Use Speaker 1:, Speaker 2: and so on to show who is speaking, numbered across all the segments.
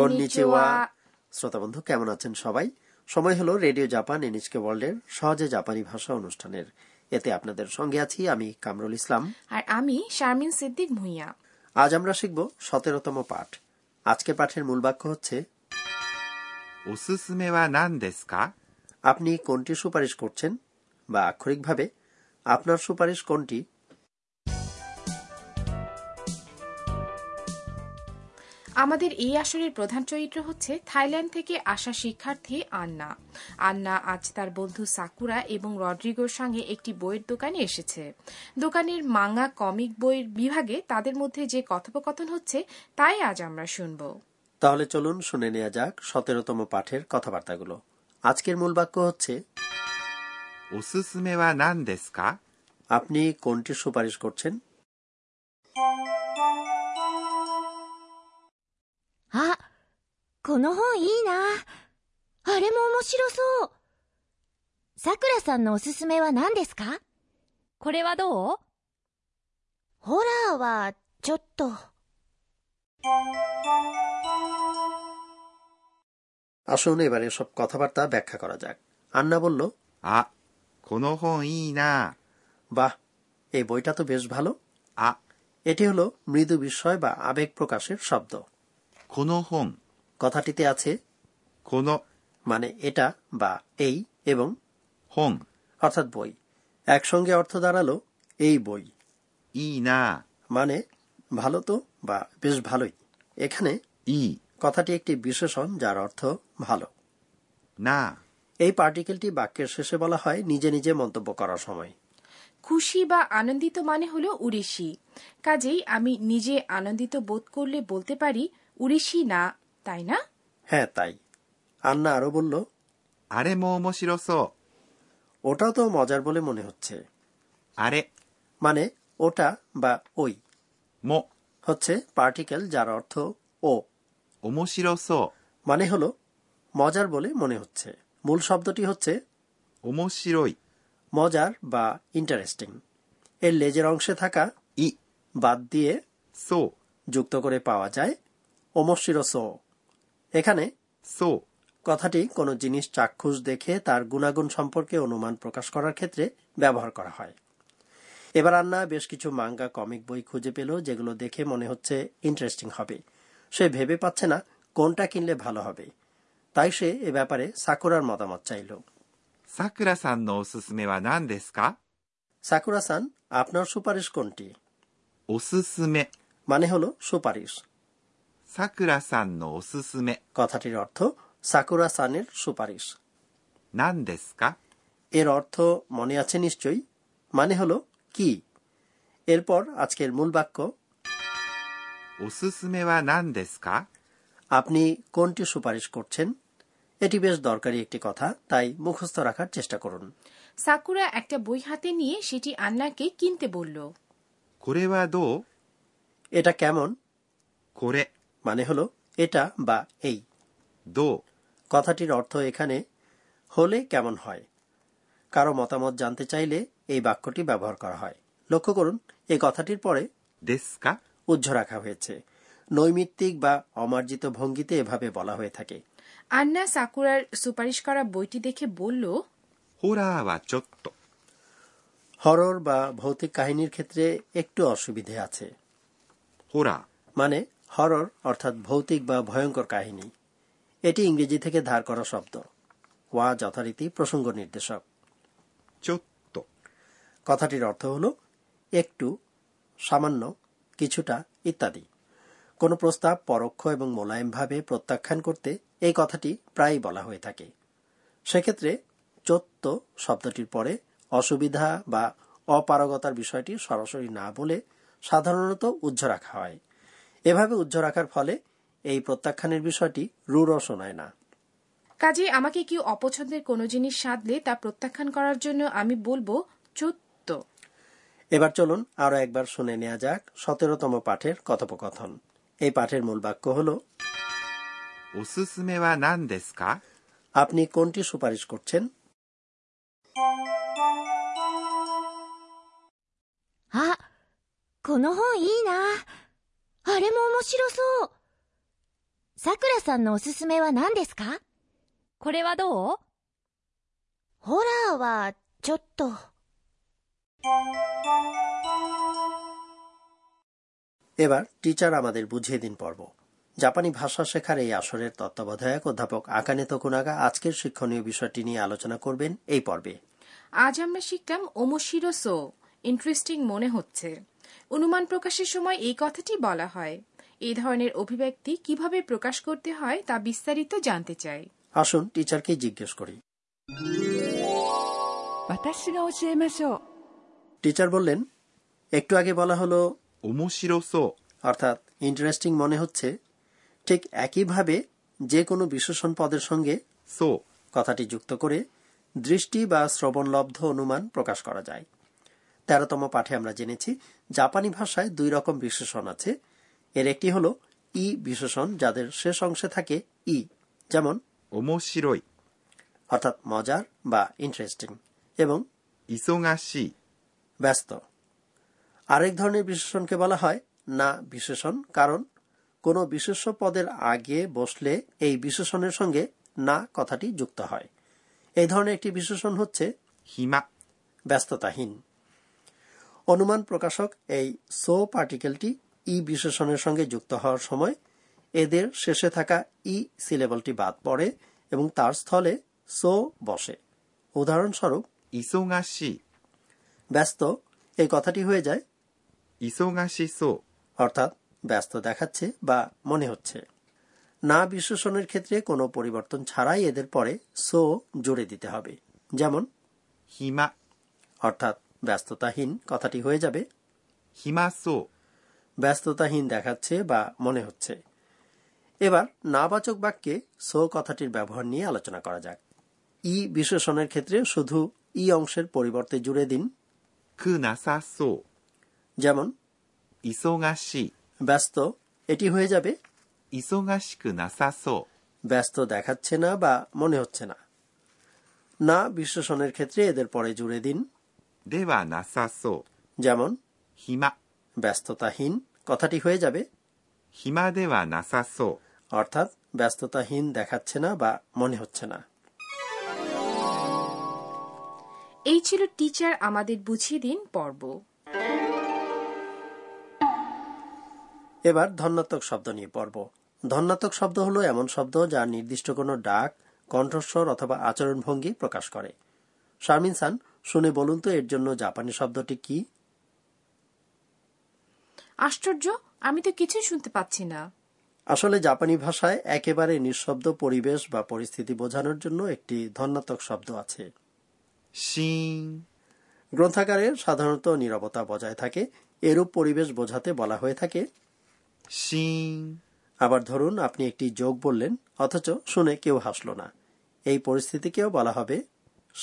Speaker 1: Konnichiwa.
Speaker 2: শ্রোতা বন্ধু কেমন আছেন সবাই সময় হলো রেডিও জাপান এনএচকে ওয়ার্ল্ডের সহজে জাপানি ভাষা অনুষ্ঠানের এতে আপনাদের সঙ্গে আছি আমি কামরুল ইসলাম
Speaker 1: আর আমি শারমিন সিদ্দিক ভুঁইয়া
Speaker 2: আজ আমরা শিখব সতেরোতম পাঠ আজকে পাঠের মূল বাক্য হচ্ছে
Speaker 3: おすすめは何ですか
Speaker 2: আপনি কোনটি সুপারিশ করছেন বা আক্ষরিকভাবে আপনার সুপারিশ কোনটি
Speaker 1: আমাদের এই আসরের প্রধান চরিত্র হচ্ছে থাইল্যান্ড থেকে আসা শিক্ষার্থী আন্না আন্না আজ তার বন্ধু সাকুরা এবং রড্রিগোর সঙ্গে একটি বইয়ের দোকানে এসেছে দোকানের মাঙ্গা কমিক বইয়ের বিভাগে তাদের মধ্যে যে কথোপকথন হচ্ছে তাই আজ আমরা শুনব
Speaker 2: তাহলে চলুন শুনে নেওয়া যাক সতেরোতম পাঠের কথাবার্তাগুলো আজকের মূল বাক্য হচ্ছে
Speaker 3: おすすめは何ですか
Speaker 2: আপনি কোনটি সুপারিশ করছেন
Speaker 4: あ、この本いいな。あれも面白そう。さくらさんのおすすめは何ですかこれはどうホラーは、ちょっと。
Speaker 2: আসুন এবারে সব কথাবার্তা ব্যাখ্যা করা যাক আন্না বলল
Speaker 3: あ、この本いいな。
Speaker 2: বাহ এই বইটা তো বেশ ভালো
Speaker 3: あ、
Speaker 2: এটি হলো মৃদু বিস্ময় বা আবেগ প্রকাশের শব্দ
Speaker 3: この本、
Speaker 2: কথাটিতে আছে
Speaker 3: この
Speaker 2: মানে এটা বা এই এবং
Speaker 3: 本、
Speaker 2: অর্থাৎ বই একসঙ্গে অর্থ দাঁড়ালো এই বই
Speaker 3: いいな。
Speaker 2: মানে ভালো তো বা বেশ ভালোই এখানে
Speaker 3: いい、
Speaker 2: কথাটি একটি বিশেষণ যার অর্থ ভালো
Speaker 3: な。
Speaker 2: এই পার্টিকেলটি বাক্যের শেষে বলা হয় নিজে নিজে মন্তব্য করার সময়
Speaker 1: খুশি বা আনন্দিত মানে হলো উড়িষি কাজেই আমি নিজে আনন্দিত বোধ করলে বলতে পারি উড়িষি না তাই না
Speaker 2: হ্যাঁ তাই আন্না আরো বলল
Speaker 3: あれも面白そう。
Speaker 2: ওটাও তো মজার বলে মনে হচ্ছে
Speaker 3: あれ
Speaker 2: মানে ওটা বা ওই
Speaker 3: も
Speaker 2: হচ্ছে পার্টিকেল যার অর্থ ও
Speaker 3: 面白そ
Speaker 2: মানে হলো মজার বলে মনে হচ্ছে মূল শব্দটি হচ্ছে
Speaker 3: う。面白い、
Speaker 2: মজার বা ইন্টারেস্টিং এর লেজের অংশে থাকা
Speaker 3: い、
Speaker 2: বাদ দিয়ে
Speaker 3: そう、
Speaker 2: যুক্ত করে পাওয়া যায় অমস্যিরস এখানে
Speaker 3: そ
Speaker 2: কথাটি কোনো জিনিস চাক্ষুষ দেখে তার গুণাগুণ সম্পর্কে অনুমান প্রকাশ করার ক্ষেত্রে ব্যবহার করা হয় এবার আন্না বেশ কিছু মাঙ্গা কমিক বই খুঁজে পেল যেগুলো দেখে মনে হচ্ছে ইন্টারেস্টিং হবে সে ভেবে পাচ্ছে না কোনটা কিনলে ভালো হবে তাই সে এ ব্যাপারে সাকুরার মতামত চাইল
Speaker 3: う。さくらさんのおすすめは何ですか
Speaker 2: সাকুরা সান আপনার সুপারিশ কোনটি
Speaker 3: おすすめ。
Speaker 2: মানে হলো সুপারিশ
Speaker 3: さくらさんのおすすめ、
Speaker 2: কথাটির অর্থ সাকুরা সানের সুপারিশ
Speaker 3: 何ですか
Speaker 2: এর অর্থ মনে আছে নিশ্চয়ই মানে হলো কি এরপর আজকের মূল বাক্য
Speaker 3: おすすめは何ですか
Speaker 2: আপনি কোনটি সুপারিশ করছেন এটি বেশ দরকারি একটি কথা তাই মুখস্থ রাখার চেষ্টা করুন
Speaker 1: সাকুরা একটা বই হাতে নিয়ে সেটি আন্নাকে কিনতে বলল
Speaker 3: これはどう
Speaker 2: এটা কেমন
Speaker 3: これ、
Speaker 2: মানে হলো এটা বা এই
Speaker 3: どう
Speaker 2: কথাটির অর্থ এখানে হলে কেমন হয় কারো মতামত জানতে চাইলে এই বাক্যটি ব্যবহার করা হয় লক্ষ্য করুন এই কথাটির পরে
Speaker 3: ですか
Speaker 2: উজ্জ রাখা হয়েছে নৈমিত্তিক বা অমার্জিত ভঙ্গিতে এভাবে বলা হয়ে থাকে
Speaker 1: আন্না সাকুরার সুপারিশ করা বইটি দেখে বলল
Speaker 3: ホラーはちょっと。
Speaker 2: হরর বা ভৌতিক কাহিনীর ক্ষেত্রে একটু অসুবিধে আছে
Speaker 3: ホラ
Speaker 2: মানে হরর অর্থাৎ ভৌতিক বা ভয়ঙ্কর কাহিনী এটি ইংরেজি থেকে ধার করা শব্দ ওয়া যথারীতি প্রসঙ্গ নির্দেশক
Speaker 3: ー、ちょっと。
Speaker 2: কথাটির অর্থ হল একটু সামান্য কিছুটা ইত্যাদি কোনো প্রস্তাব পরোক্ষ এবং মোলায়েমভাবে প্রত্যাখ্যান করতে এই কথাটি প্রায়ই বলা হয়ে থাকে সেক্ষেত্রে চত্ব শব্দটির পরে অসুবিধা বা অপারগতার বিষয়টি সরাসরি না বলে সাধারণত উজ্জ রাখা হয় এভাবে উজ্জ রাখার ফলে এই প্রত্যাখ্যানের বিষয়টি রূঢ় শোনায় না
Speaker 1: কাজে আমাকে কেউ অপছন্দের কোনো জিনিস সাধলে তা প্রত্যাখ্যান করার জন্য আমি বলবো চোত্ত
Speaker 2: এবার চলুন আরো একবার শুনে নেওয়া যাক সতেরোতম পাঠের কথোপকথন এই পাঠের মূল বাক্য হল
Speaker 3: おすすめは何ですか
Speaker 2: আপনি কোনটি সুপারিশ করছেন
Speaker 4: あ、この本いいな。あれも面白そう。さくらさんのおすすめは何ですかこれはどうホラーは、ちょっと。
Speaker 2: এবার টিচার আমাদের বুঝিয়ে দিন পর্ব জাপানি ভাষা শেখার এই আসরের তত্ত্বাবধায়ক অধ্যাপক আকানে তকুনাগা আজকের শিক্ষণীয় বিষয়টি নিয়ে আলোচনা করবেন এই পর্বে
Speaker 1: আজ আমরা শিখলাম ওমোশিরোসো ইন্টারেস্টিং মনে হচ্ছে অনুমান প্রকাশের সময় এই কথাটি বলা হয় এই ধরনের অভিব্যক্তি কিভাবে প্রকাশ করতে হয় তা বিস্তারিত জানতে চাই
Speaker 2: আসুন টিচারকে জিজ্ঞেস করি
Speaker 5: 私が教えましょう
Speaker 2: টিচার বললেন একটু আগে বলা হলো
Speaker 3: 面白そ
Speaker 2: অর্থাৎ ইন্টারেস্টিং মনে হচ্ছে ঠিক একইভাবে যে কোনো বিশেষণ পদের সঙ্গে
Speaker 3: うそ
Speaker 2: কথাটি যুক্ত করে দৃষ্টি বা শ্রবণলব্ধ অনুমান প্রকাশ করা যায় তেরোতম পাঠে আমরা জেনেছি জাপানি ভাষায় দুই রকম বিশেষণ আছে এর একটি হলো ই বিশেষণ যাদের শেষ অংশে থাকে ই যেমন
Speaker 3: う面白い
Speaker 2: অর্থাৎ মজার বা ইন্টারেস্টিং এবং
Speaker 3: 忙しい
Speaker 2: ব্যস্ত আরেক ধরনের বিশেষণকে বলা হয় না বিশেষণ কারণ কোনো বিশেষ্য পদের আগে বসলে এই বিশেষণের সঙ্গে না কথাটি যুক্ত হয় এই ধরনের একটি বিশেষণ হচ্ছে
Speaker 3: 暇
Speaker 2: ব্যস্ততাহীন অনুমান প্রকাশক এই সো পার্টিকেলটি ই বিশেষণের সঙ্গে যুক্ত হওয়ার সময় এদের শেষে থাকা ই সিলেবলটি বাদ পড়ে এবং তার স্থলে সো বসে উদাহরণস্বরূপ
Speaker 3: 忙し
Speaker 2: ব্যস্ত এই কথাটি হয়ে যায়
Speaker 3: い忙しそ
Speaker 2: অর্থাৎ ব্যস্ত দেখাচ্ছে বা মনে হচ্ছে না বিশেষণের ক্ষেত্রে কোনো পরিবর্তন ছাড়াই এদের পরে সো জুড়ে দিতে হবে যেমন
Speaker 3: う暇
Speaker 2: অর্থাৎ ব্যস্ততাহীন কথাটি হয়ে যাবে
Speaker 3: 暇そ
Speaker 2: ব্যস্ততাহীন দেখাচ্ছে বা মনে হচ্ছে এবার নাবাচক বাক্যে সো কথাটির ব্যবহার নিয়ে আলোচনা করা যাক ই বিশেষণের ক্ষেত্রে শুধু ই অংশের পরিবর্তে জুড়ে দিন
Speaker 3: うくなさそ
Speaker 2: যেমন
Speaker 3: う忙し
Speaker 2: ব্যস্ত এটি হয়ে যাবে
Speaker 3: い忙しくなさそ
Speaker 2: ব্যস্ত দেখাচ্ছে না বা মনে হচ্ছে না না বিশেষণের ক্ষেত্রে এদের পরে জুড়ে দিন
Speaker 3: うではなさそう
Speaker 2: যেমন
Speaker 3: 暇
Speaker 2: ব্যস্ততাহীন কথাটি হয়ে যাবে
Speaker 3: 暇ではなさそ
Speaker 2: অর্থাৎ ব্যস্ততাহীন দেখাচ্ছে না বা মনে হচ্ছে না
Speaker 1: এই ছিল টিচার আমাদের বুঝিয়ে দিন পর্ব
Speaker 2: এবার ধন্যাত্মক শব্দ নিয়ে পড়ব ধন্যাত্মক শব্দ হলো এমন শব্দ যা নির্দিষ্ট কোনো ডাক কণ্ঠস্বর অথবা আচরণভঙ্গি প্রকাশ করে শারমিন সান শুনে বলুন তো এর জন্য জাপানি শব্দটি কি
Speaker 1: আশ্চর্য আমি তো কিছুই শুনতে পাচ্ছি না
Speaker 2: আসলে জাপানি ভাষায় একেবারে নিঃশব্দ পরিবেশ বা পরিস্থিতি বোঝানোর জন্য একটি ধন্যাত্মক শব্দ আছে
Speaker 3: うしーん
Speaker 2: গ্রন্থাগারে সাধারণত নীরবতা বজায় থাকে এরূপ পরিবেশ বোঝাতে বলা হয়ে থাকে
Speaker 3: しーん
Speaker 2: আবার ধরুন আপনি একটি যোগ বললেন অথচ শুনে কেউ হাসলো না এই পরিস্থিতিকেও বলা হবে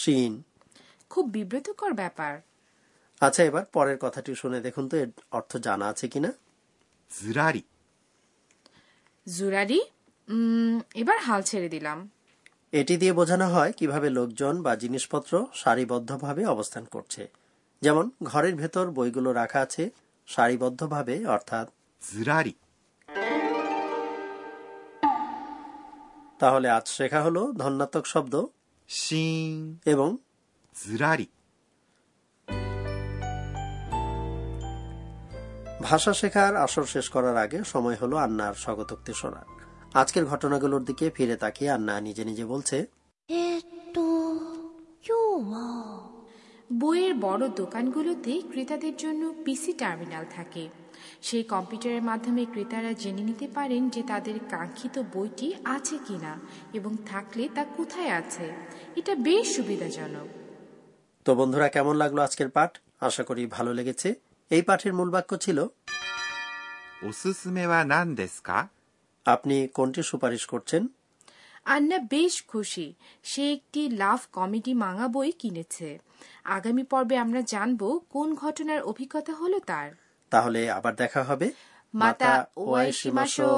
Speaker 2: শিন
Speaker 1: খুব বিব্রতকর ব্যাপার
Speaker 2: আচ্ছা এবার পরের কথাটি শুনে দেখুন তো এর অর্থ জানা আছে কিনা
Speaker 3: ずらり
Speaker 1: জুরারি উম, এবার হাল ছেড়ে দিলাম
Speaker 2: এটি দিয়ে বোঝানো হয় কিভাবে লোকজন বা জিনিসপত্র সারিবদ্ধভাবে অবস্থান করছে যেমন ঘরের ভেতর বইগুলো রাখা আছে সারিবদ্ধভাবে অর্থাৎ
Speaker 3: ずらり
Speaker 2: তাহলে আজ শেখা হলো ধন্যাত্মক শব্দ
Speaker 3: しーん
Speaker 2: এবং
Speaker 3: ずらり
Speaker 2: ভাষা শেখার আসর শেষ করার আগে সময় হলো আন্নার স্বগতোক্তি শোনার আজকের ঘটনাগুলোর দিকে ফিরে তাকিয়ে আন্না নিজে নিজে বলছে
Speaker 4: えーっと、今日は、
Speaker 1: বইয়ের বড় দোকানগুলোতে ক্রেতাদের জন্য পিসি টার্মিনাল থাকে সেই কম্পিউটারের মাধ্যমে ক্রেতারা জেনে নিতে পারেন যে তাদের কাঙ্ক্ষিত বইটি আছে কিনা এবং থাকলে তা কোথায় আছে এটা বেশ সুবিধাজনক
Speaker 2: তো বন্ধুরা কেমন লাগলো আজকের পাঠ আশা করি ভালো লেগেছে এই পাঠের মূল বাক্য ছিল
Speaker 3: おすすめは何ですか
Speaker 2: আপনি কোনটি সুপারিশ করছেন
Speaker 1: আন্না বেশ খুশি সে একটি লাভ কমেডি মাঙা বই কিনেছে আগামী পর্বে আমরা জানব কোন ঘটনার অভিজ্ঞতা হলো তার
Speaker 2: তাহলে আবার দেখা হবে
Speaker 1: মাতা ওয়াই সীমাশো